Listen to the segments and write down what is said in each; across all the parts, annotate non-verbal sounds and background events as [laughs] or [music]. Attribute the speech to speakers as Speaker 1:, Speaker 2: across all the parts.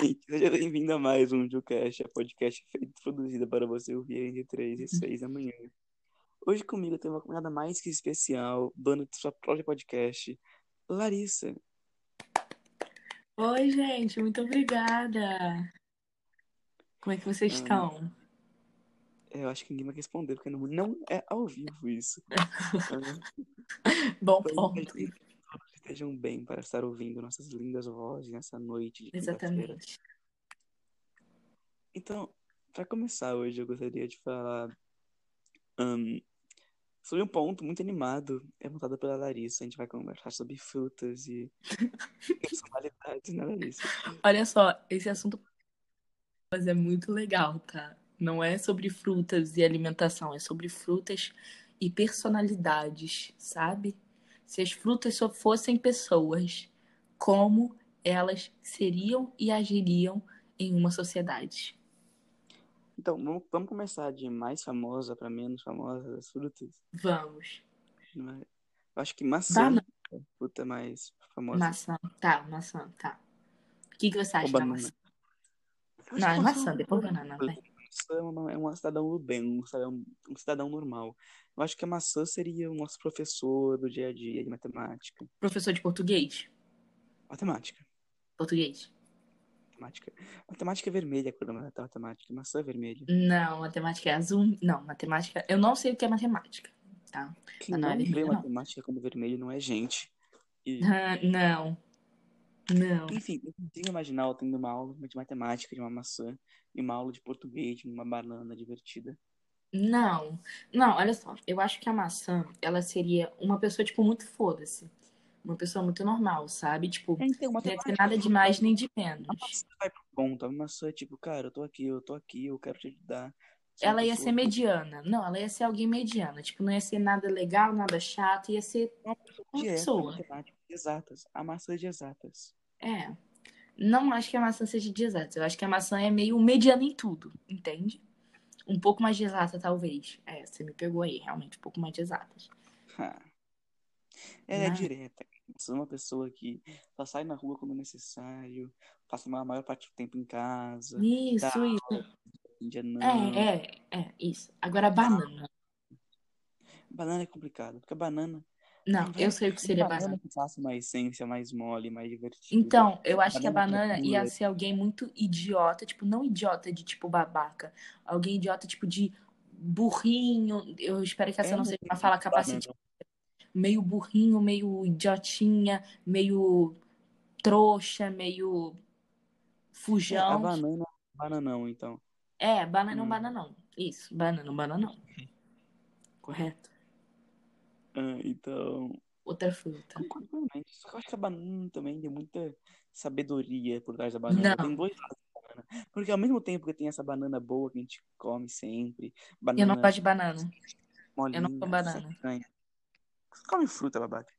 Speaker 1: [laughs] Seja bem-vindo a mais um Jucast, a podcast feito e produzida para você ouvir entre 3 e 6 da manhã. Hoje comigo tem uma convidada mais que especial, dona de sua própria podcast, Larissa.
Speaker 2: Oi, gente, muito obrigada. Como é que vocês
Speaker 1: Ah,
Speaker 2: estão?
Speaker 1: É, Eu acho que ninguém vai responder, porque não, não é ao vivo isso. Ah,
Speaker 2: Bom
Speaker 1: pois
Speaker 2: ponto.
Speaker 1: é, gente, todos estejam bem para estar ouvindo nossas lindas vozes nessa noite de quinta-feira.
Speaker 2: Exatamente.
Speaker 1: Então, para começar hoje, eu gostaria de falar ahn, sobre um ponto muito animado, é montado pela Larissa. A gente vai conversar sobre frutas
Speaker 2: [laughs]
Speaker 1: e personalidades, né, Larissa?
Speaker 2: Olha só, esse assunto mas é muito legal, tá? Não é sobre frutas e alimentação, é sobre frutas e personalidades, sabe? Se as frutas só fossem pessoas, como elas seriam e agiriam em uma sociedade?
Speaker 1: Então, vamos, vamos começar de mais famosa para menos famosa das frutas.
Speaker 2: Vamos.
Speaker 1: né? Eu acho que maçã
Speaker 2: Banana,
Speaker 1: é a fruta mais famosa.
Speaker 2: maçã, tá, maçã, tá. O que que você
Speaker 1: Ou
Speaker 2: acha da maçã?
Speaker 1: banana. Eu acho
Speaker 2: Não,
Speaker 1: que
Speaker 2: é
Speaker 1: maçã é
Speaker 2: maçã,
Speaker 1: uma
Speaker 2: depois
Speaker 1: fruta.
Speaker 2: banana, vai.
Speaker 1: Maçã é uma- é um cidadão do bem, um cidadão, um cidadão normal. Eu acho que a maçã seria o nosso professor do dia a dia de matemática.
Speaker 2: Professor de português?
Speaker 1: Matemática.
Speaker 2: Português?
Speaker 1: Matemática. Matemática é vermelha, a cor da da matemática. Maçã é vermelha.
Speaker 2: Não, matemática é azul. Não, matemática. Eu não sei o que é matemática, tá?
Speaker 1: Quem
Speaker 2: Mas não é
Speaker 1: não vê
Speaker 2: vermelha, não.
Speaker 1: matemática como vermelho não é gente. E,
Speaker 2: Ah, Não, não.
Speaker 1: enfim, eu consigo imaginar eu tendo uma aula de matemática de uma maçã e uma aula de português de uma banana divertida.
Speaker 2: Não, não, olha só. Eu acho que a maçã, ela seria uma pessoa, tipo, muito foda-se. Uma pessoa muito normal, sabe? Tipo,
Speaker 1: É, então,
Speaker 2: não ia ter
Speaker 1: matemática,
Speaker 2: nada de mais nem de
Speaker 1: a
Speaker 2: menos.
Speaker 1: maçã vai pro ponto. A maçã é tipo, cara, eu tô aqui, eu tô aqui, eu quero te ajudar. Sou uma
Speaker 2: Ela ia ser
Speaker 1: pessoa,
Speaker 2: mediana. Não, ela ia ser alguém mediana. Tipo, não ia ser nada legal, nada chato. Ia ser
Speaker 1: uma pessoa
Speaker 2: uma
Speaker 1: direta,
Speaker 2: pessoa.
Speaker 1: matemática, exatas. A maçã é de exatas.
Speaker 2: É. Não acho que a maçã seja de exatas. Eu acho que a maçã é meio mediana em tudo, entende? Um pouco mais de exata, talvez. É, você me pegou aí, realmente, um pouco mais de exatas.
Speaker 1: Ha. Ela é
Speaker 2: Mas,
Speaker 1: direta. Sou uma pessoa que só sai na rua quando necessário, passa a maior parte do tempo em casa, dá
Speaker 2: isso, isso.
Speaker 1: um dia
Speaker 2: É,
Speaker 1: não.
Speaker 2: é, é, isso. Agora, a banana.
Speaker 1: Banana é complicado, porque a banana tem
Speaker 2: Não, eu
Speaker 1: várias
Speaker 2: sei o que
Speaker 1: tem
Speaker 2: seria
Speaker 1: banana
Speaker 2: banana.
Speaker 1: que passa uma essência mais mole, mais divertida,
Speaker 2: Então, eu acho que a
Speaker 1: banana é
Speaker 2: banana ia
Speaker 1: crua.
Speaker 2: ser alguém muito idiota, tipo, não idiota de tipo babaca, alguém idiota tipo de burrinho. Eu espero que
Speaker 1: É
Speaker 2: essa não
Speaker 1: um
Speaker 2: seja uma fala
Speaker 1: banana.
Speaker 2: capacitiva. Meio burrinho, meio idiotinha, meio trouxa, meio
Speaker 1: É, a
Speaker 2: fujão.
Speaker 1: banana, bananão, então.
Speaker 2: É, banana, um
Speaker 1: Hum,
Speaker 2: bananão. Isso, banana, um bananão. Correto?
Speaker 1: ah, então,
Speaker 2: Outra fruta.
Speaker 1: concordo plenamente. Só que eu acho que a banana também tem muita sabedoria por trás da banana. Tem
Speaker 2: Não,
Speaker 1: dois lados da banana. Porque ao mesmo tempo que tem essa banana boa que a gente come sempre,
Speaker 2: eu
Speaker 1: banana
Speaker 2: não gosto de banana. Eu não como
Speaker 1: molinha,
Speaker 2: banana.
Speaker 1: secanha. Você come fruta, babaca.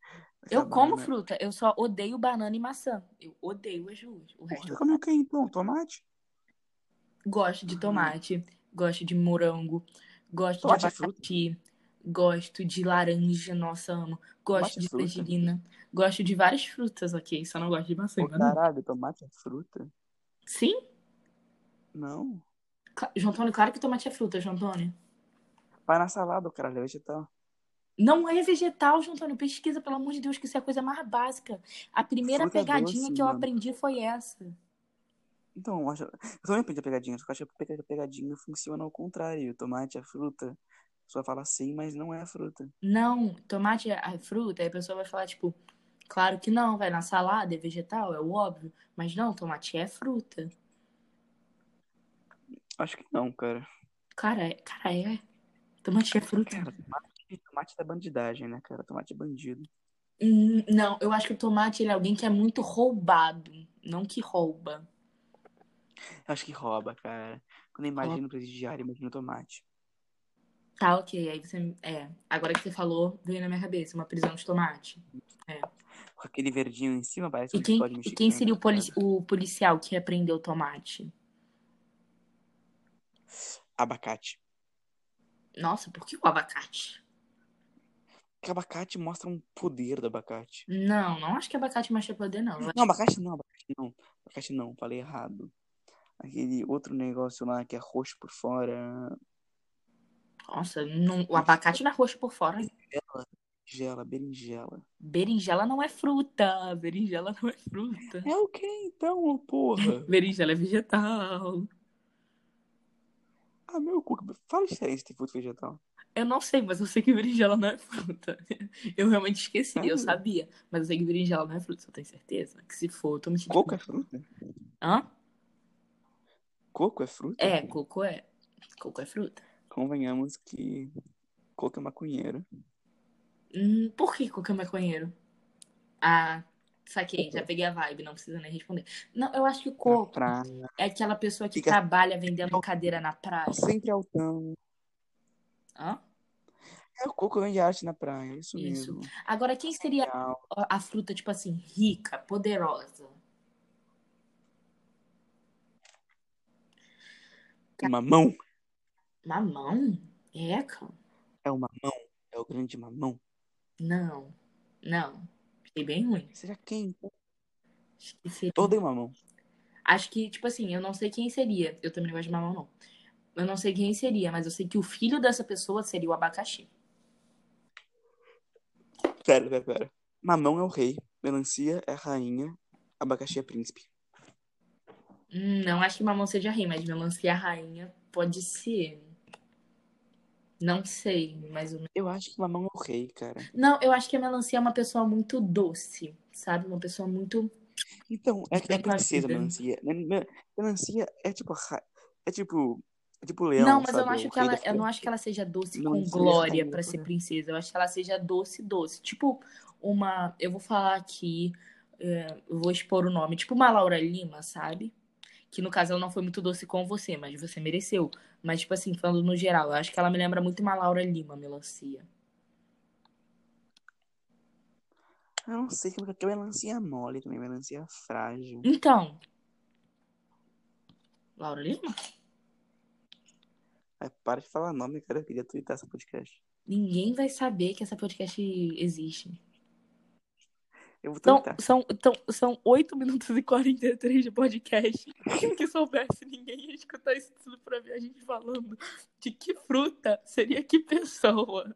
Speaker 1: Aquela
Speaker 2: Eu como
Speaker 1: banana. é
Speaker 2: fruta, eu só odeio banana e maçã. Eu odeio as duas. O
Speaker 1: Porra,
Speaker 2: resto
Speaker 1: você
Speaker 2: eu
Speaker 1: come o
Speaker 2: como.
Speaker 1: que então? Tomate?
Speaker 2: Gosto de
Speaker 1: Hum,
Speaker 2: tomate, gosto de morango, gosto de
Speaker 1: tomate é fruta?
Speaker 2: abacaxi, gosto de laranja, nossa, amo. Gosto
Speaker 1: Tomate é
Speaker 2: de
Speaker 1: fruta?
Speaker 2: tangerina, gosto de várias frutas, ok? Só não gosto de maçã e
Speaker 1: Ô,
Speaker 2: banana.
Speaker 1: caralho, tomate é fruta?
Speaker 2: Sim?
Speaker 1: Não.
Speaker 2: Cla- João Antônio, claro que tomate é fruta, João Antônio.
Speaker 1: Vai na salada, ô caralho, é vegetal.
Speaker 2: Não é vegetal, João Antônio. Pesquisa, pelo amor de Deus, que isso é a coisa mais básica. A primeira
Speaker 1: Fruta
Speaker 2: pegadinha
Speaker 1: doce,
Speaker 2: que eu
Speaker 1: mano.
Speaker 2: aprendi foi essa.
Speaker 1: Então, eu acho... eu também aprendi a pegadinha, só que eu acho que a pega- pegadinha funciona ao contrário. Tomate é fruta. A pessoa fala sim, mas não é fruta.
Speaker 2: Não, tomate é é fruta, aí a pessoa vai falar, tipo, claro que não, vai na salada, é vegetal, é o óbvio. Mas não, tomate é fruta.
Speaker 1: Acho que não, cara.
Speaker 2: Cara, é, cara, é. Tomate é fruta.
Speaker 1: Cara, tomate, tomate da bandidagem, né, cara? Tomate é bandido.
Speaker 2: Hum, Não, eu acho que o tomate ele é alguém que é muito roubado. Não que rouba.
Speaker 1: Eu acho que rouba, cara. Quando eu
Speaker 2: Rouba.
Speaker 1: imagino presidiário, eu imagino tomate.
Speaker 2: Tá, ok. Aí você. É, agora que você falou, veio na minha cabeça, uma prisão de tomate. É.
Speaker 1: Com aquele verdinho em cima, parece
Speaker 2: E
Speaker 1: um
Speaker 2: quem,
Speaker 1: bigode
Speaker 2: e quem
Speaker 1: mexicano,
Speaker 2: seria
Speaker 1: tá
Speaker 2: o, poli-
Speaker 1: ligado?
Speaker 2: o policial que apreendeu o tomate?
Speaker 1: Abacate.
Speaker 2: Nossa, por que o abacate?
Speaker 1: Porque abacate mostra um poder do abacate.
Speaker 2: Não, não acho que abacate mais poder, não. Eu
Speaker 1: Não,
Speaker 2: acho que
Speaker 1: abacate não, abacate Não, abacaxi não, falei errado. Aquele outro negócio lá que é roxo por fora,
Speaker 2: Nossa, não- o abacate não é roxo por fora.
Speaker 1: gela, berinjela.
Speaker 2: Berinjela não é fruta. Berinjela não é fruta.
Speaker 1: É o que então, ô
Speaker 2: [laughs]
Speaker 1: porra?
Speaker 2: Berinjela é vegetal.
Speaker 1: Ah, meu cu, fala a diferença entre fruto e vegetal.
Speaker 2: Eu não sei, mas eu sei que berinjela não é fruta. Eu realmente esqueci,
Speaker 1: Sério?
Speaker 2: eu sabia. Mas eu sei que berinjela não é fruta, eu tenho certeza. Que se for, eu tô mentindo.
Speaker 1: Coco é fruta?
Speaker 2: Hã?
Speaker 1: Coco é fruta?
Speaker 2: É, coco é. Coco é fruta.
Speaker 1: Convenhamos que coco é maconheiro.
Speaker 2: Hum, por que coco é maconheiro? Ah, saquei, já peguei a vibe, não precisa nem responder. Não, eu acho que coco
Speaker 1: Pra
Speaker 2: é aquela pessoa que
Speaker 1: Fica-
Speaker 2: trabalha vendendo cadeira na praia.
Speaker 1: tá sempre altão.
Speaker 2: Hã?
Speaker 1: É o coco vende arte na praia, é isso,
Speaker 2: Isso.
Speaker 1: mesmo.
Speaker 2: Agora, quem seria
Speaker 1: Real.
Speaker 2: a fruta, tipo assim, rica, poderosa?
Speaker 1: Mamão
Speaker 2: Mamão? É, cara.
Speaker 1: é o mamão, é o grande mamão.
Speaker 2: Não, não. Fiquei bem ruim.
Speaker 1: Será quem?
Speaker 2: Acho que seria-
Speaker 1: Todo em mamão.
Speaker 2: Acho que, tipo assim, eu não sei quem seria. Eu também não gosto de mamão, não. Eu não sei quem seria, mas eu sei que o filho dessa pessoa seria o abacaxi.
Speaker 1: Pera, pera, pera. Mamão é o rei, melancia é a rainha, abacaxi é príncipe.
Speaker 2: Hum, não acho que mamão seja rei, mas melancia rainha pode ser. Não sei, mais ou menos.
Speaker 1: Eu acho que mamão é o rei, cara.
Speaker 2: Não, eu acho que a melancia é uma pessoa muito doce, sabe? Uma pessoa muito.
Speaker 1: Então, é, é
Speaker 2: Então, tá,
Speaker 1: princesa,
Speaker 2: vida.
Speaker 1: melancia. Mel- mel- Melancia é tipo. ra- É tipo. É tipo leão,
Speaker 2: não, mas
Speaker 1: sabe?
Speaker 2: eu não acho
Speaker 1: o
Speaker 2: que
Speaker 1: rei
Speaker 2: ela, é,
Speaker 1: da
Speaker 2: eu não acho que ela seja doce com
Speaker 1: Melancia
Speaker 2: glória
Speaker 1: rainha,
Speaker 2: pra ser
Speaker 1: né?
Speaker 2: princesa. Eu acho que ela seja doce, doce. Tipo uma, eu vou falar aqui, é, eu vou expor o nome, tipo uma Laura Lima, sabe? Que no caso ela não foi muito doce com você, mas você mereceu. Mas tipo assim, falando no geral, eu acho que ela me lembra muito uma Laura Lima, melancia.
Speaker 1: Eu não sei como é que é melancia mole também, melancia frágil.
Speaker 2: Então, Laura Lima?
Speaker 1: Ai, para de falar nome, cara. Eu queria twittar esse podcast.
Speaker 2: Ninguém vai saber que essa podcast existe.
Speaker 1: Eu vou
Speaker 2: Então,
Speaker 1: twittar.
Speaker 2: são, então, são 8 minutos e 43 de podcast. Quem que soubesse, ninguém ia escutar isso tudo pra ver a gente falando de que fruta seria que pessoa.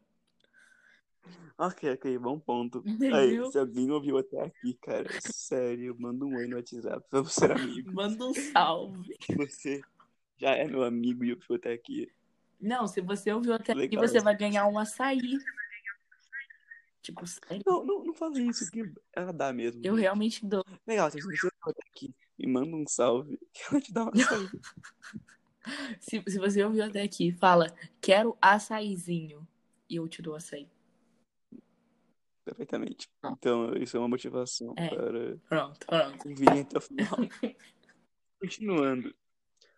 Speaker 1: Ok, ok, bom ponto. Aí,
Speaker 2: Entendeu?
Speaker 1: se alguém ouviu até aqui, cara, sério, manda um oi no WhatsApp. Vamos ser
Speaker 2: [laughs]
Speaker 1: amigos.
Speaker 2: Manda um salve.
Speaker 1: Você já é meu amigo e eu fui até aqui.
Speaker 2: Não, se você ouviu até aqui,
Speaker 1: Legal.
Speaker 2: você vai ganhar um açaí. Tipo, sério?
Speaker 1: Não, não, não fala isso, que ela dá mesmo.
Speaker 2: Eu realmente dou.
Speaker 1: Legal, se você for aqui e manda um salve, [laughs] que ela te dá um uma saída.
Speaker 2: Se, se você ouviu até aqui, fala, quero açaizinho. E eu te dou açaí.
Speaker 1: Perfeitamente.
Speaker 2: Não.
Speaker 1: Então, isso é uma motivação
Speaker 2: É.
Speaker 1: para [laughs]
Speaker 2: Pronto, pronto.
Speaker 1: vir até o final. Continuando.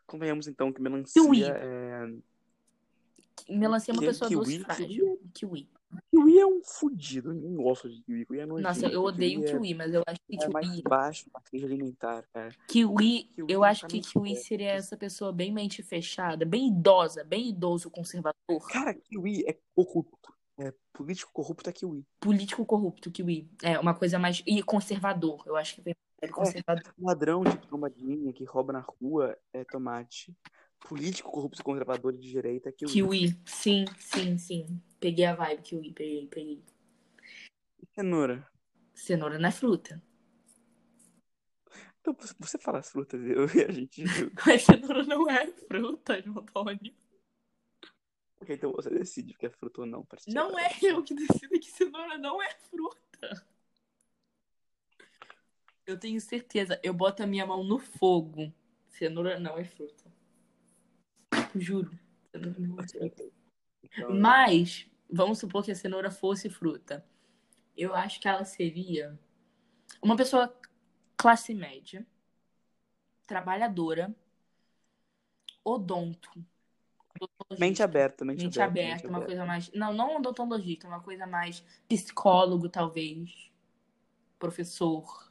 Speaker 1: Convenhamos então que melancia
Speaker 2: Kiwi.
Speaker 1: é.
Speaker 2: Melancia é uma
Speaker 1: Ki-
Speaker 2: pessoa doce e
Speaker 1: kiwi,
Speaker 2: frágil. Kiwi.
Speaker 1: Kiwi é um fudido, ninguém gosta de kiwi. Kiwi é nojento.
Speaker 2: Nossa, eu odeio
Speaker 1: kiwi.
Speaker 2: kiwi, mas eu acho que
Speaker 1: É, é mais
Speaker 2: kiwi,
Speaker 1: baixo na crise alimentar, cara.
Speaker 2: kiwi,
Speaker 1: Kiwi
Speaker 2: eu
Speaker 1: não
Speaker 2: acho
Speaker 1: tá
Speaker 2: que
Speaker 1: nem
Speaker 2: kiwi seria essa pessoa bem mente fechada, bem idosa, bem idoso conservador,
Speaker 1: Cara, kiwi é corrupto. É político corrupto é kiwi.
Speaker 2: político corrupto, kiwi. É uma coisa mais e conservador. Eu acho que vem
Speaker 1: É,
Speaker 2: mais conservador.
Speaker 1: Então, Ladrão, tipo tomadinha, que rouba na rua, é tomate. Político corrupto conservador de direita é kiwi.
Speaker 2: Kiwi, sim, sim, sim. Peguei a vibe kiwi, peguei, peguei.
Speaker 1: Cenoura.
Speaker 2: Cenoura não é fruta. [laughs]
Speaker 1: Então, você- você fala as frutas eu e a gente julga.
Speaker 2: Mas cenoura não é fruta, tá Antônio.
Speaker 1: Ok, Então você decide o que é fruta ou não. pra te
Speaker 2: Não
Speaker 1: tirar.
Speaker 2: é [laughs] eu que decido que cenoura não é fruta. Eu tenho certeza. Eu boto a minha mão no fogo. Cenoura não é fruta. Juro. Cenoura não é fruta.
Speaker 1: Então,
Speaker 2: Mas, vamos supor que a cenoura fosse fruta. Eu acho que ela seria uma pessoa classe média, trabalhadora, odonto. odontologista,
Speaker 1: Mente aberta, mente,
Speaker 2: Mente
Speaker 1: aberta.
Speaker 2: aberta, uma coisa mais. Não, não odontologista, uma coisa mais psicólogo, talvez. Professor.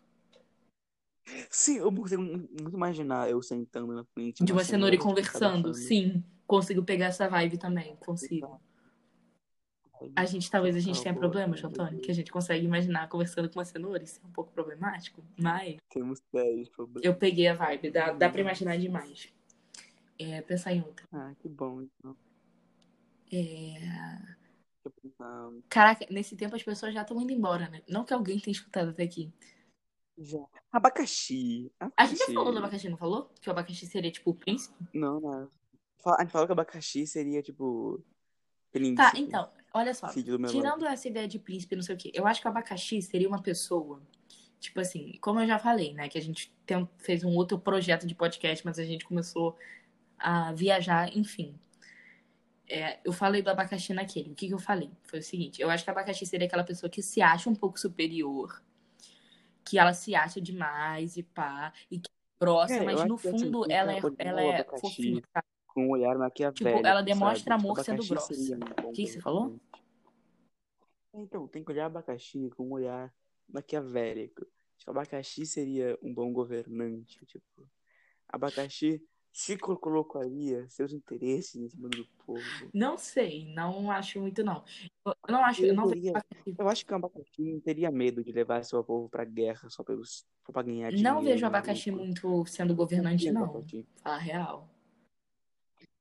Speaker 1: Sim, eu consigo muito imaginar eu sentando na frente.
Speaker 2: De uma cenoura e
Speaker 1: tipo,
Speaker 2: conversando.
Speaker 1: abafando.
Speaker 2: Sim, consigo pegar essa vibe também. Consigo. A gente, talvez a gente
Speaker 1: Ah,
Speaker 2: tenha
Speaker 1: boa,
Speaker 2: problemas,
Speaker 1: boa,
Speaker 2: Antônio,
Speaker 1: boa.
Speaker 2: que a gente consegue imaginar conversando com uma cenoura, isso é um pouco problemático, mas
Speaker 1: Temos sérios problemas.
Speaker 2: eu peguei a vibe, dá, dá pra imaginar demais. É, pensar em outra. É,
Speaker 1: Ah, que bom. Então. Deixa eu pensar.
Speaker 2: Caraca, nesse tempo as pessoas já estão indo embora, né? Não que alguém tenha escutado até aqui.
Speaker 1: Já. Abacaxi.
Speaker 2: A gente já falou do abacaxi, não falou? Que o abacaxi seria tipo o príncipe?
Speaker 1: Não, não. Fala- A gente falou que abacaxi seria tipo. Príncipe.
Speaker 2: Tá, então, olha só.
Speaker 1: Filho do meu
Speaker 2: Tirando essa ideia de príncipe, não sei o quê, eu acho que o abacaxi seria uma pessoa. Tipo assim, como eu já falei, né? Que a gente tem- fez um outro projeto de podcast, mas a gente começou a viajar, enfim. É, eu falei do abacaxi naquele. O que, que eu falei? Foi o seguinte: eu acho que o abacaxi seria aquela pessoa que se acha um pouco superior, que ela se acha demais e pá, e que é próxima,
Speaker 1: É, eu
Speaker 2: mas
Speaker 1: acho
Speaker 2: no
Speaker 1: que, assim,
Speaker 2: fundo
Speaker 1: tem que
Speaker 2: ela é,
Speaker 1: olhar
Speaker 2: ela
Speaker 1: o
Speaker 2: é
Speaker 1: abacaxi.
Speaker 2: fofinha. sabe?
Speaker 1: Com um olhar maquiavélico.
Speaker 2: Tipo, ela
Speaker 1: sabe?
Speaker 2: demonstra
Speaker 1: Tipo,
Speaker 2: amor sendo
Speaker 1: abacaxi
Speaker 2: grossa.
Speaker 1: seria um bom
Speaker 2: O que que você falou?
Speaker 1: Então, tem que olhar abacaxi com um olhar maquiavélico. Tipo, abacaxi seria um bom governante. Tipo, abacaxi se col- colocaria seus interesses em cima do povo.
Speaker 2: Não sei, não acho muito, não. Eu eu não acho, eu não vejo
Speaker 1: Ele teria-
Speaker 2: abacaxi.
Speaker 1: Eu acho que o abacaxi não teria medo de levar seu povo pra guerra só, pelos, só pra ganhar dinheiro.
Speaker 2: Não
Speaker 1: e
Speaker 2: vejo abacaxi
Speaker 1: lucro.
Speaker 2: muito sendo governante,
Speaker 1: Confia no
Speaker 2: não.
Speaker 1: abacaxi.
Speaker 2: Falar real.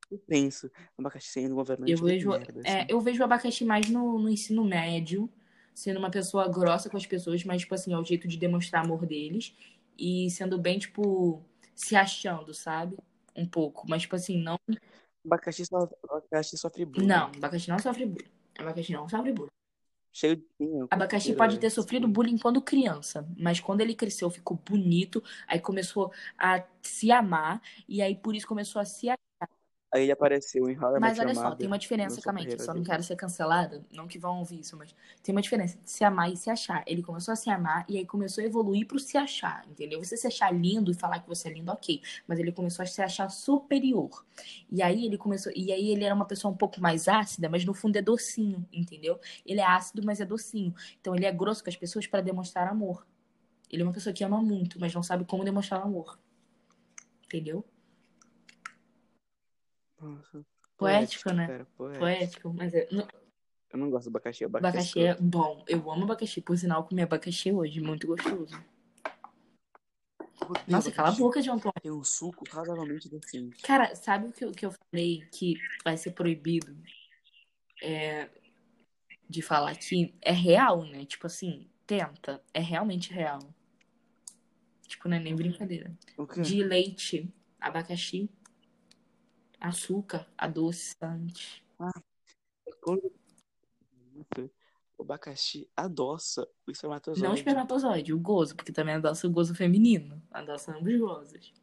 Speaker 1: Eu penso, abacaxi sendo governante
Speaker 2: Eu
Speaker 1: é meio
Speaker 2: vejo,
Speaker 1: merda,
Speaker 2: é,
Speaker 1: assim.
Speaker 2: eu vejo abacaxi mais no, no ensino médio, sendo uma pessoa grossa com as pessoas, mas, tipo assim, é o jeito de demonstrar amor deles. E sendo bem, tipo, se achando, sabe? Um pouco. Mas, tipo assim, não.
Speaker 1: Abacaxi, só, né? abacaxi sofre bullying.
Speaker 2: Não, abacaxi não sofre bullying. Abacaxi não sofre bullying.
Speaker 1: Cheio de dinheiro.
Speaker 2: Abacaxi
Speaker 1: cultura,
Speaker 2: pode ter
Speaker 1: essas
Speaker 2: sofrido
Speaker 1: coisas.
Speaker 2: bullying quando criança, mas quando ele cresceu, ficou bonito, aí começou a se amar, e aí por isso começou a se achar.
Speaker 1: Aí ele apareceu em How I
Speaker 2: Mas
Speaker 1: Met Your
Speaker 2: olha só, tem
Speaker 1: Mother.
Speaker 2: uma diferença
Speaker 1: Lançou a
Speaker 2: também, que eu
Speaker 1: carreira
Speaker 2: só não
Speaker 1: dele.
Speaker 2: quero ser cancelada, não que vão ouvir isso, mas tem uma diferença de se amar e se achar. Ele começou a se amar e aí começou a evoluir pro se achar, entendeu? Você se achar lindo e falar que você é lindo, ok, mas ele começou a se achar superior. E aí ele começou, e aí ele era uma pessoa um pouco mais ácida, mas no fundo é docinho, entendeu? Ele é ácido, mas é docinho. Então ele é grosso com as pessoas para demonstrar amor. Ele é uma pessoa que ama muito, mas não sabe como demonstrar amor, entendeu?
Speaker 1: Nossa,
Speaker 2: Poético, né?
Speaker 1: cara, poético.
Speaker 2: Poético, mas é,
Speaker 1: Eu não gosto de abacaxi, abacaxi. é
Speaker 2: Abacaxi é
Speaker 1: escroto.
Speaker 2: bom. Eu amo abacaxi. Por sinal, eu comi abacaxi hoje. Muito gostoso.
Speaker 1: Eu odeio
Speaker 2: Nossa, cala a
Speaker 1: abacaxi.
Speaker 2: boca, João Antônio.
Speaker 1: Tem um suco razoavelmente decente.
Speaker 2: Cara, sabe o que, eu- que eu falei que vai ser proibido é, de falar aqui? É real, né? Tipo assim, tenta. É realmente real. Tipo, não é nem
Speaker 1: Hum.
Speaker 2: brincadeira.
Speaker 1: O quê?
Speaker 2: De leite, abacaxi, açúcar, adoçante.
Speaker 1: Quando- O abacaxi adoça o
Speaker 2: Não
Speaker 1: espermatozoide.
Speaker 2: espermatozoide, o gozo, porque também adoça o gozo feminino. Adoça ambos os gozos.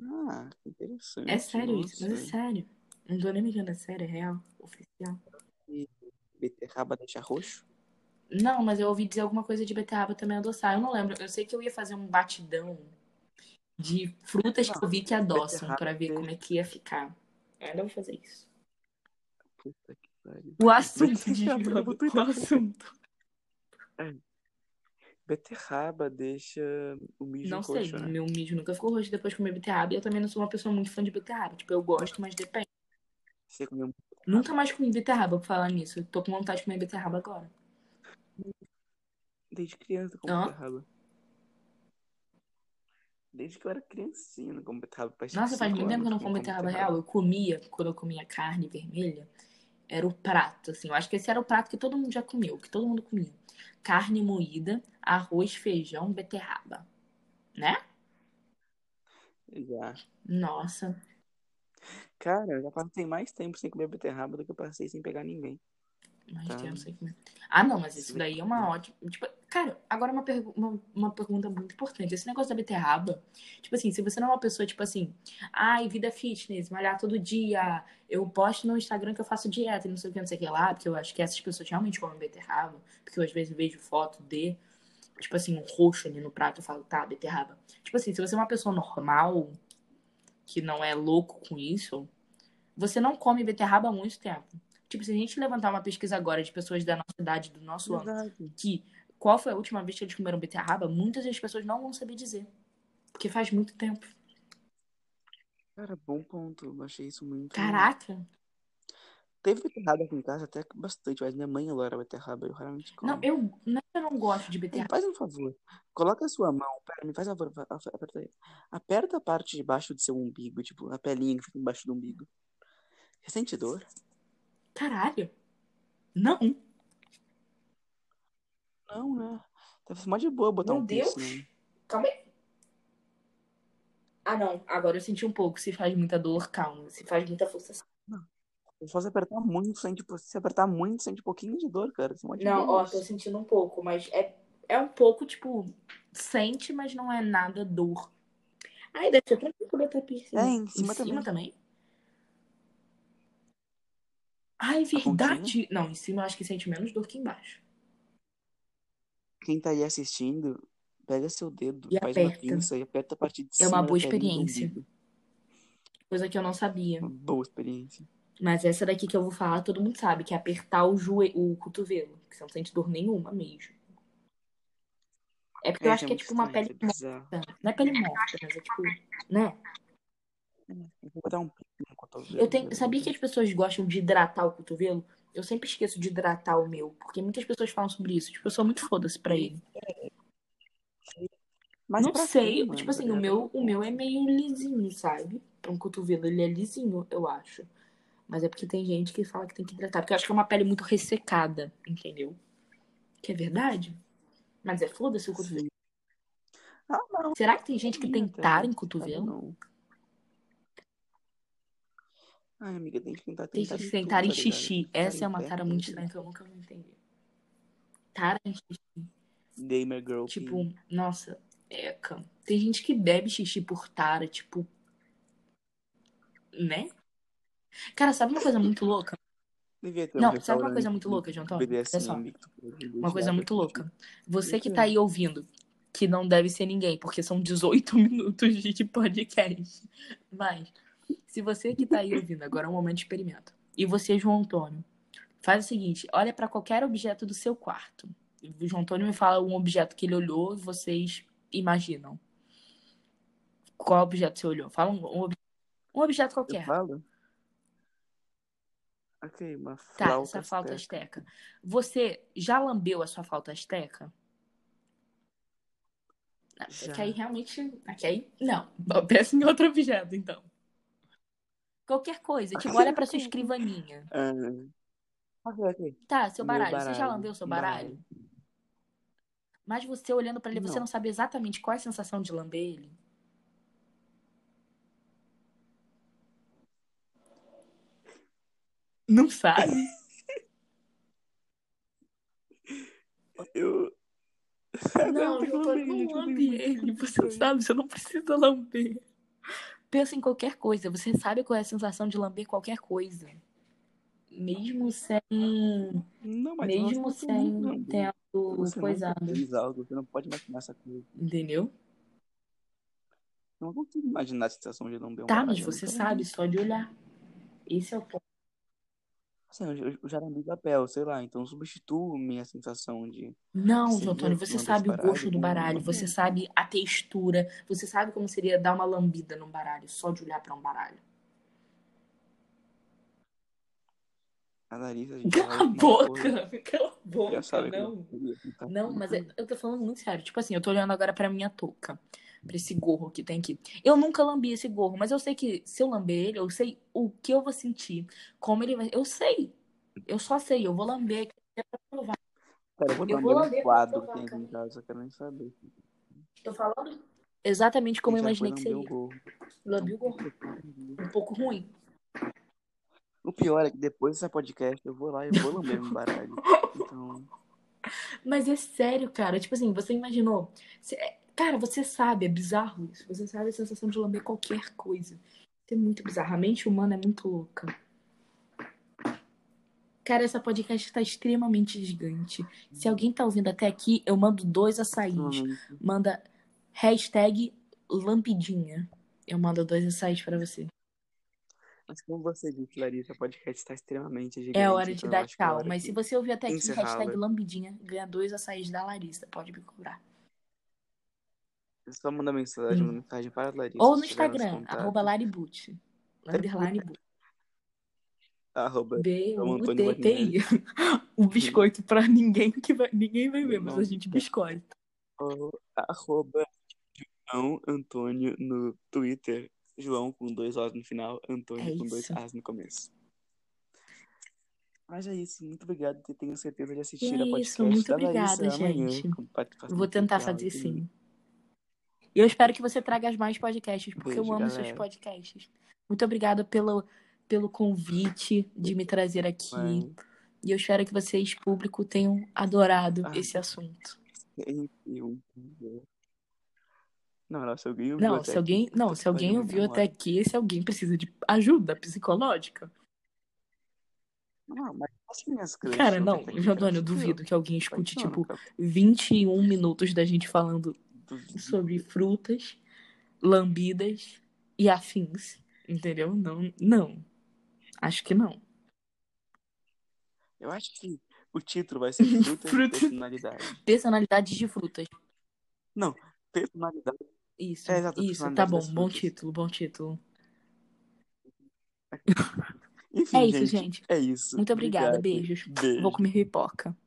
Speaker 1: Ah, que
Speaker 2: É
Speaker 1: interessante.
Speaker 2: sério isso, mas é
Speaker 1: Nossa.
Speaker 2: sério. Não tô nem brincando, é sério, é real, oficial.
Speaker 1: Beterraba deixa roxo?
Speaker 2: Não, mas eu ouvi dizer alguma coisa de beterraba também adoçar. Eu não lembro. Eu sei que eu ia fazer um batidão de frutas que eu vi que adoçam
Speaker 1: Beterraba.
Speaker 2: pra ver como é que ia ficar. Eu ainda vou fazer isso.
Speaker 1: Puta que pariu.
Speaker 2: O [laughs] assunto
Speaker 1: Beterraba, eu
Speaker 2: desviando.
Speaker 1: vou tuitar.
Speaker 2: O assunto.
Speaker 1: Beterraba deixa o mijo
Speaker 2: Não sei,
Speaker 1: roxo, né?
Speaker 2: meu mijo nunca ficou roxo depois de comer beterraba. E eu também não sou uma pessoa muito fã de beterraba. Tipo, eu gosto, mas depende.
Speaker 1: Você comeu
Speaker 2: Nunca mais comi beterraba por falar nisso. Eu tô com vontade de comer beterraba agora.
Speaker 1: desde criança com
Speaker 2: Hã?
Speaker 1: beterraba. Desde que eu era criancinha, não como beterraba faz tipo
Speaker 2: Nossa, faz
Speaker 1: 5
Speaker 2: muito tempo que
Speaker 1: anos
Speaker 2: eu não
Speaker 1: que eu
Speaker 2: como
Speaker 1: não como
Speaker 2: beterraba
Speaker 1: beterraba.
Speaker 2: real. Eu comia, quando eu comia carne vermelha, era o prato, assim. Eu acho que esse era o prato que todo mundo já comeu, que todo mundo comia. Carne moída, arroz, feijão, beterraba, né?
Speaker 1: Já.
Speaker 2: Nossa.
Speaker 1: Cara, eu já passei mais tempo sem comer beterraba do que eu passei sem pegar ninguém.
Speaker 2: Mais
Speaker 1: Tá.
Speaker 2: tempo sem comer. Ah, não, mas
Speaker 1: Isso
Speaker 2: isso
Speaker 1: me
Speaker 2: daí é uma ótima. Tipo, cara, agora uma, pergu- uma, uma pergunta muito importante. Esse negócio da beterraba, tipo assim, se você não é uma pessoa, tipo assim, ai, vida fitness, malhar todo dia, eu posto no Instagram que eu faço dieta e não sei o que, não sei o que lá, porque eu acho que essas pessoas realmente comem beterraba, porque eu às vezes vejo foto de, tipo assim, um roxo ali no prato, eu falo, tá, beterraba. Tipo assim, se você é uma pessoa normal, que não é louco com isso, você não come beterraba há muito tempo. Tipo, se a gente levantar uma pesquisa agora de pessoas da nossa idade, do nosso ano,
Speaker 1: Verdade.
Speaker 2: que qual foi a última vez que eles comeram beterraba, muitas das pessoas não vão saber dizer. Porque faz muito tempo.
Speaker 1: Cara, bom ponto. Eu achei isso muito.
Speaker 2: Caraca!
Speaker 1: Teve beterraba aqui em casa até que bastante, mas minha mãe adora beterraba. Eu raramente como.
Speaker 2: Não, eu não, é eu não gosto de
Speaker 1: Ei,
Speaker 2: beterraba.
Speaker 1: Faz um favor. Coloca a sua mão. Pera, me faz um favor. fa- fa- Aperta, aí. Aperta a parte de baixo do seu umbigo, tipo, a pelinha que fica embaixo do umbigo. Você sente dor?
Speaker 2: Caralho. Não.
Speaker 1: Não, né? Deve ser mó de boa botar
Speaker 2: Meu
Speaker 1: um
Speaker 2: Deus.
Speaker 1: piercing. né?
Speaker 2: Calma aí. Ah, não. Agora eu senti um pouco. Se faz muita dor, calma. Se faz muita força.
Speaker 1: Só se apertar muito, sente, tipo, se apertar muito, sente um pouquinho de dor, cara. Isso é mó de
Speaker 2: Não,
Speaker 1: boa.
Speaker 2: ó, tô sentindo um pouco, mas é, é um pouco, tipo, sente, mas não é nada dor. Ai, deve ser tranquilo botar piercing.
Speaker 1: É, em cima também.
Speaker 2: assim, também? Ai,
Speaker 1: pontinha?
Speaker 2: verdade! Não, em cima eu acho que sente menos dor que embaixo.
Speaker 1: Quem tá aí assistindo, pega seu dedo,
Speaker 2: E
Speaker 1: faz uma
Speaker 2: aperta.
Speaker 1: pinça e aperta a parte de
Speaker 2: É
Speaker 1: cima.
Speaker 2: uma boa
Speaker 1: da pelinha do
Speaker 2: experiência.
Speaker 1: umbigo. É
Speaker 2: Coisa que eu não sabia.
Speaker 1: Uma boa experiência.
Speaker 2: Mas essa daqui que eu vou falar, todo mundo sabe, que é apertar o joelho, o cotovelo. Que você não sente dor nenhuma mesmo. É porque eu
Speaker 1: É,
Speaker 2: acho
Speaker 1: isso
Speaker 2: que é
Speaker 1: muito
Speaker 2: tipo uma
Speaker 1: estranho,
Speaker 2: pele
Speaker 1: isso é bizarro.
Speaker 2: morta. Não é pele morta, mas é tipo. Né?
Speaker 1: Eu Vou botar um pico no cotovelo.
Speaker 2: Eu tenho, sabia que as pessoas gostam de hidratar o cotovelo? Eu sempre esqueço de hidratar o meu, porque muitas pessoas falam sobre isso. Tipo, eu sou muito foda-se pra ele.
Speaker 1: Mas
Speaker 2: não
Speaker 1: pra quê,
Speaker 2: sei,
Speaker 1: mano?
Speaker 2: tipo assim,
Speaker 1: Tá
Speaker 2: o meu,
Speaker 1: ligado?
Speaker 2: o meu é meio lisinho, sabe? Pra um cotovelo, ele é lisinho, eu acho. Mas é porque tem gente que fala que tem que hidratar, porque eu acho que é uma pele muito ressecada, entendeu? Que é verdade. Mas é foda-se o cotovelo.
Speaker 1: Sim. Ah, não.
Speaker 2: Será que tem gente que tem
Speaker 1: até,
Speaker 2: tara em
Speaker 1: né? sabe,
Speaker 2: cotovelo?
Speaker 1: Não. Ai, amiga, tem que tentar
Speaker 2: Tem
Speaker 1: tentar
Speaker 2: gente
Speaker 1: de
Speaker 2: que tem
Speaker 1: tudo,
Speaker 2: tara em
Speaker 1: tá ligado?
Speaker 2: xixi.
Speaker 1: Tara
Speaker 2: Essa
Speaker 1: em
Speaker 2: é uma
Speaker 1: pé,
Speaker 2: tara muito estranha que eu nunca vou entender. Tara em xixi.
Speaker 1: Gamer Girl.
Speaker 2: Tipo, nossa, eca. Tem gente que bebe xixi por tara, tipo, né? Cara, sabe uma coisa muito louca?
Speaker 1: Devia ter um
Speaker 2: Não, sabe uma coisa
Speaker 1: restaurante
Speaker 2: muito
Speaker 1: de-
Speaker 2: louca, João Antônio?
Speaker 1: de
Speaker 2: Olha
Speaker 1: BDSM,
Speaker 2: só,
Speaker 1: amigo, tu pode
Speaker 2: uma coisa
Speaker 1: deixar
Speaker 2: muito
Speaker 1: pra
Speaker 2: louca. Você que
Speaker 1: Isso
Speaker 2: tá
Speaker 1: é.
Speaker 2: aí ouvindo, que não deve ser ninguém, porque são 18 [laughs] minutos de podcast. Mas, se você que tá aí ouvindo, agora é um momento de experimento. E você, João Antônio, faz o seguinte, olha pra qualquer objeto do seu quarto. O João Antônio me fala um objeto que ele olhou e vocês imaginam. Qual objeto você olhou? Fala um, um ob- um objeto
Speaker 1: Eu
Speaker 2: qualquer.
Speaker 1: falo? Ok, uma
Speaker 2: Tá,
Speaker 1: flauta.
Speaker 2: essa flauta
Speaker 1: até.
Speaker 2: asteca. Você já lambeu a sua flauta asteca? Não,
Speaker 1: Já.
Speaker 2: Que aí realmente. Que aí, não. Peça em outro objeto, então. Qualquer coisa. Tipo,
Speaker 1: [laughs]
Speaker 2: olha pra sua escrivaninha.
Speaker 1: Ah, ok, ok.
Speaker 2: Tá, seu
Speaker 1: Meu
Speaker 2: baralho. Você já
Speaker 1: baralho.
Speaker 2: lambeu seu
Speaker 1: Um
Speaker 2: baralho? Mas você olhando pra ele, você
Speaker 1: Não.
Speaker 2: não sabe exatamente qual é a sensação de lamber ele? Não sabe?
Speaker 1: Eu. [laughs]
Speaker 2: Não,
Speaker 1: um tem que
Speaker 2: João
Speaker 1: lamber,
Speaker 2: Antônio, não
Speaker 1: gente, eu tenho
Speaker 2: lambe
Speaker 1: muito
Speaker 2: ele.
Speaker 1: muito
Speaker 2: Você
Speaker 1: sonho.
Speaker 2: sabe, você não precisa lamber. Pensa em qualquer coisa. Você sabe qual é a sensação de lamber qualquer coisa. Mesmo sem.
Speaker 1: Não, mas você
Speaker 2: Mesmo
Speaker 1: não
Speaker 2: sem
Speaker 1: tem muito lamber.
Speaker 2: tendo
Speaker 1: Você nunca
Speaker 2: coisado.
Speaker 1: fez algo, você não pode imaginar essa coisa.
Speaker 2: Entendeu?
Speaker 1: Não consigo imaginar a sensação de lamber um
Speaker 2: Tá,
Speaker 1: baralho.
Speaker 2: mas
Speaker 1: eu
Speaker 2: você
Speaker 1: nunca
Speaker 2: sabe só de olhar. Esse é o ponto.
Speaker 1: Assim, eu, eu eu já lambi papel, sei lá, então eu substituo minha sensação de
Speaker 2: Não,
Speaker 1: seria
Speaker 2: Jotônio, você
Speaker 1: lamber esse
Speaker 2: sabe o
Speaker 1: baralho
Speaker 2: gosto do
Speaker 1: com um
Speaker 2: baralho, você
Speaker 1: papel.
Speaker 2: sabe a textura, você sabe como seria dar uma lambida num baralho, só de olhar pra um baralho.
Speaker 1: A Larissa, gente, ela
Speaker 2: Cala
Speaker 1: é
Speaker 2: a
Speaker 1: uma coisa.
Speaker 2: boca! Cala a
Speaker 1: Já
Speaker 2: boca,
Speaker 1: sabe que eu
Speaker 2: não.
Speaker 1: queria tentar
Speaker 2: Não,
Speaker 1: tudo.
Speaker 2: mas é- eu tô falando muito sério. Tipo assim, eu tô olhando agora pra minha touca, pra esse gorro que tem aqui. Eu nunca lambi esse gorro, mas eu sei que se eu lamber ele, eu sei o que eu vou sentir, como ele vai. Eu sei! Eu só sei, eu vou lamber aqui pra provar.
Speaker 1: Cara, eu vou
Speaker 2: Eu vou
Speaker 1: lamber um
Speaker 2: lamber pra
Speaker 1: quadro que
Speaker 2: provar,
Speaker 1: tem aqui em
Speaker 2: cara.
Speaker 1: casa, eu quero nem saber.
Speaker 2: Tô falando exatamente como
Speaker 1: E
Speaker 2: eu
Speaker 1: já foi
Speaker 2: imaginei que
Speaker 1: lamber o
Speaker 2: seria.
Speaker 1: gorro.
Speaker 2: Lambi o gorro. Um pouco ruim.
Speaker 1: O pior é que depois dessa podcast eu vou lá e vou lamber meu baralho.
Speaker 2: [laughs]
Speaker 1: Então,
Speaker 2: Mas é sério, cara. Tipo assim, você imaginou. Cê- Cara, você sabe, é bizarro isso. Você sabe a sensação de lamber qualquer coisa. Isso é muito bizarro. A mente humana é muito louca. Cara, essa podcast tá extremamente gigante. Se alguém tá ouvindo até aqui, eu mando dois açaís.
Speaker 1: extremamente.
Speaker 2: Manda hashtag lampidinha. Eu mando dois açaís pra você.
Speaker 1: Mas como você disse, Larissa, o podcast está extremamente
Speaker 2: É a
Speaker 1: gigante,
Speaker 2: hora de
Speaker 1: então eu
Speaker 2: dar
Speaker 1: acho que é a
Speaker 2: tchau.
Speaker 1: hora
Speaker 2: Mas se
Speaker 1: de né?
Speaker 2: você ouviu até aqui, hashtag
Speaker 1: encerrá-la.
Speaker 2: lambidinha, ganha dois açaís da Larissa. Pode me cobrar.
Speaker 1: É só mandar mensagem,
Speaker 2: Hum.
Speaker 1: uma mensagem para a Larissa
Speaker 2: Ou
Speaker 1: se
Speaker 2: no
Speaker 1: tiver nosso
Speaker 2: Instagram,
Speaker 1: [laughs]
Speaker 2: arroba
Speaker 1: contato.
Speaker 2: laribut. Underline but.
Speaker 1: Arroba. João
Speaker 2: Deu,
Speaker 1: Antônio
Speaker 2: botei [laughs] o biscoito pra ninguém que vai, ninguém vai ver, mas a
Speaker 1: tá
Speaker 2: gente biscoita.
Speaker 1: O- Arroba João Antônio no Twitter. João com dois Os no final, Antônio
Speaker 2: É
Speaker 1: com dois
Speaker 2: isso.
Speaker 1: As no começo. Mas é isso, muito obrigado. e Tenho certeza de assistir
Speaker 2: E é
Speaker 1: a podcast
Speaker 2: isso, muito
Speaker 1: da Larissa
Speaker 2: obrigada,
Speaker 1: amanhã,
Speaker 2: gente.
Speaker 1: com participação
Speaker 2: Vou tentar
Speaker 1: especial
Speaker 2: fazer
Speaker 1: de-
Speaker 2: sim. E eu espero que você traga as mais podcasts, porque
Speaker 1: Beijo,
Speaker 2: eu amo
Speaker 1: galera.
Speaker 2: seus podcasts. Muito obrigada pelo, pelo convite de me trazer aqui.
Speaker 1: Mãe.
Speaker 2: E eu espero que vocês, público, tenham adorado
Speaker 1: Ah.
Speaker 2: esse assunto.
Speaker 1: Enfim, um- Não, não, se alguém ouviu
Speaker 2: Não,
Speaker 1: até
Speaker 2: se alguém,
Speaker 1: aqui, tá
Speaker 2: não,
Speaker 1: puta
Speaker 2: se
Speaker 1: que
Speaker 2: alguém
Speaker 1: pariu,
Speaker 2: ouviu
Speaker 1: na
Speaker 2: até
Speaker 1: moral.
Speaker 2: aqui, se alguém precisa de ajuda psicológica.
Speaker 1: Não, mas as minhas crushes
Speaker 2: Cara,
Speaker 1: ouviram
Speaker 2: não,
Speaker 1: até aqui,
Speaker 2: Jordana, eu
Speaker 1: tranquilo.
Speaker 2: duvido que alguém escute,
Speaker 1: Não,
Speaker 2: tipo,
Speaker 1: cara,
Speaker 2: 21 minutos da gente falando
Speaker 1: duvido.
Speaker 2: sobre frutas, lambidas e afins. Entendeu? Não, não. Acho que não.
Speaker 1: Eu acho que o título [laughs] vai ser Frutas e
Speaker 2: Frutas.
Speaker 1: Personalidade.
Speaker 2: Personalidades de frutas.
Speaker 1: Personalidade.
Speaker 2: Isso.
Speaker 1: É, exato,
Speaker 2: isso, tá
Speaker 1: personalidades
Speaker 2: bom.
Speaker 1: das
Speaker 2: Bom
Speaker 1: frutas.
Speaker 2: título, bom título.
Speaker 1: Enfim,
Speaker 2: É isso,
Speaker 1: gente.
Speaker 2: gente.
Speaker 1: É isso.
Speaker 2: Muito obrigada.
Speaker 1: é Obrigado.
Speaker 2: Beijos.
Speaker 1: Beijo.
Speaker 2: Vou comer pipoca.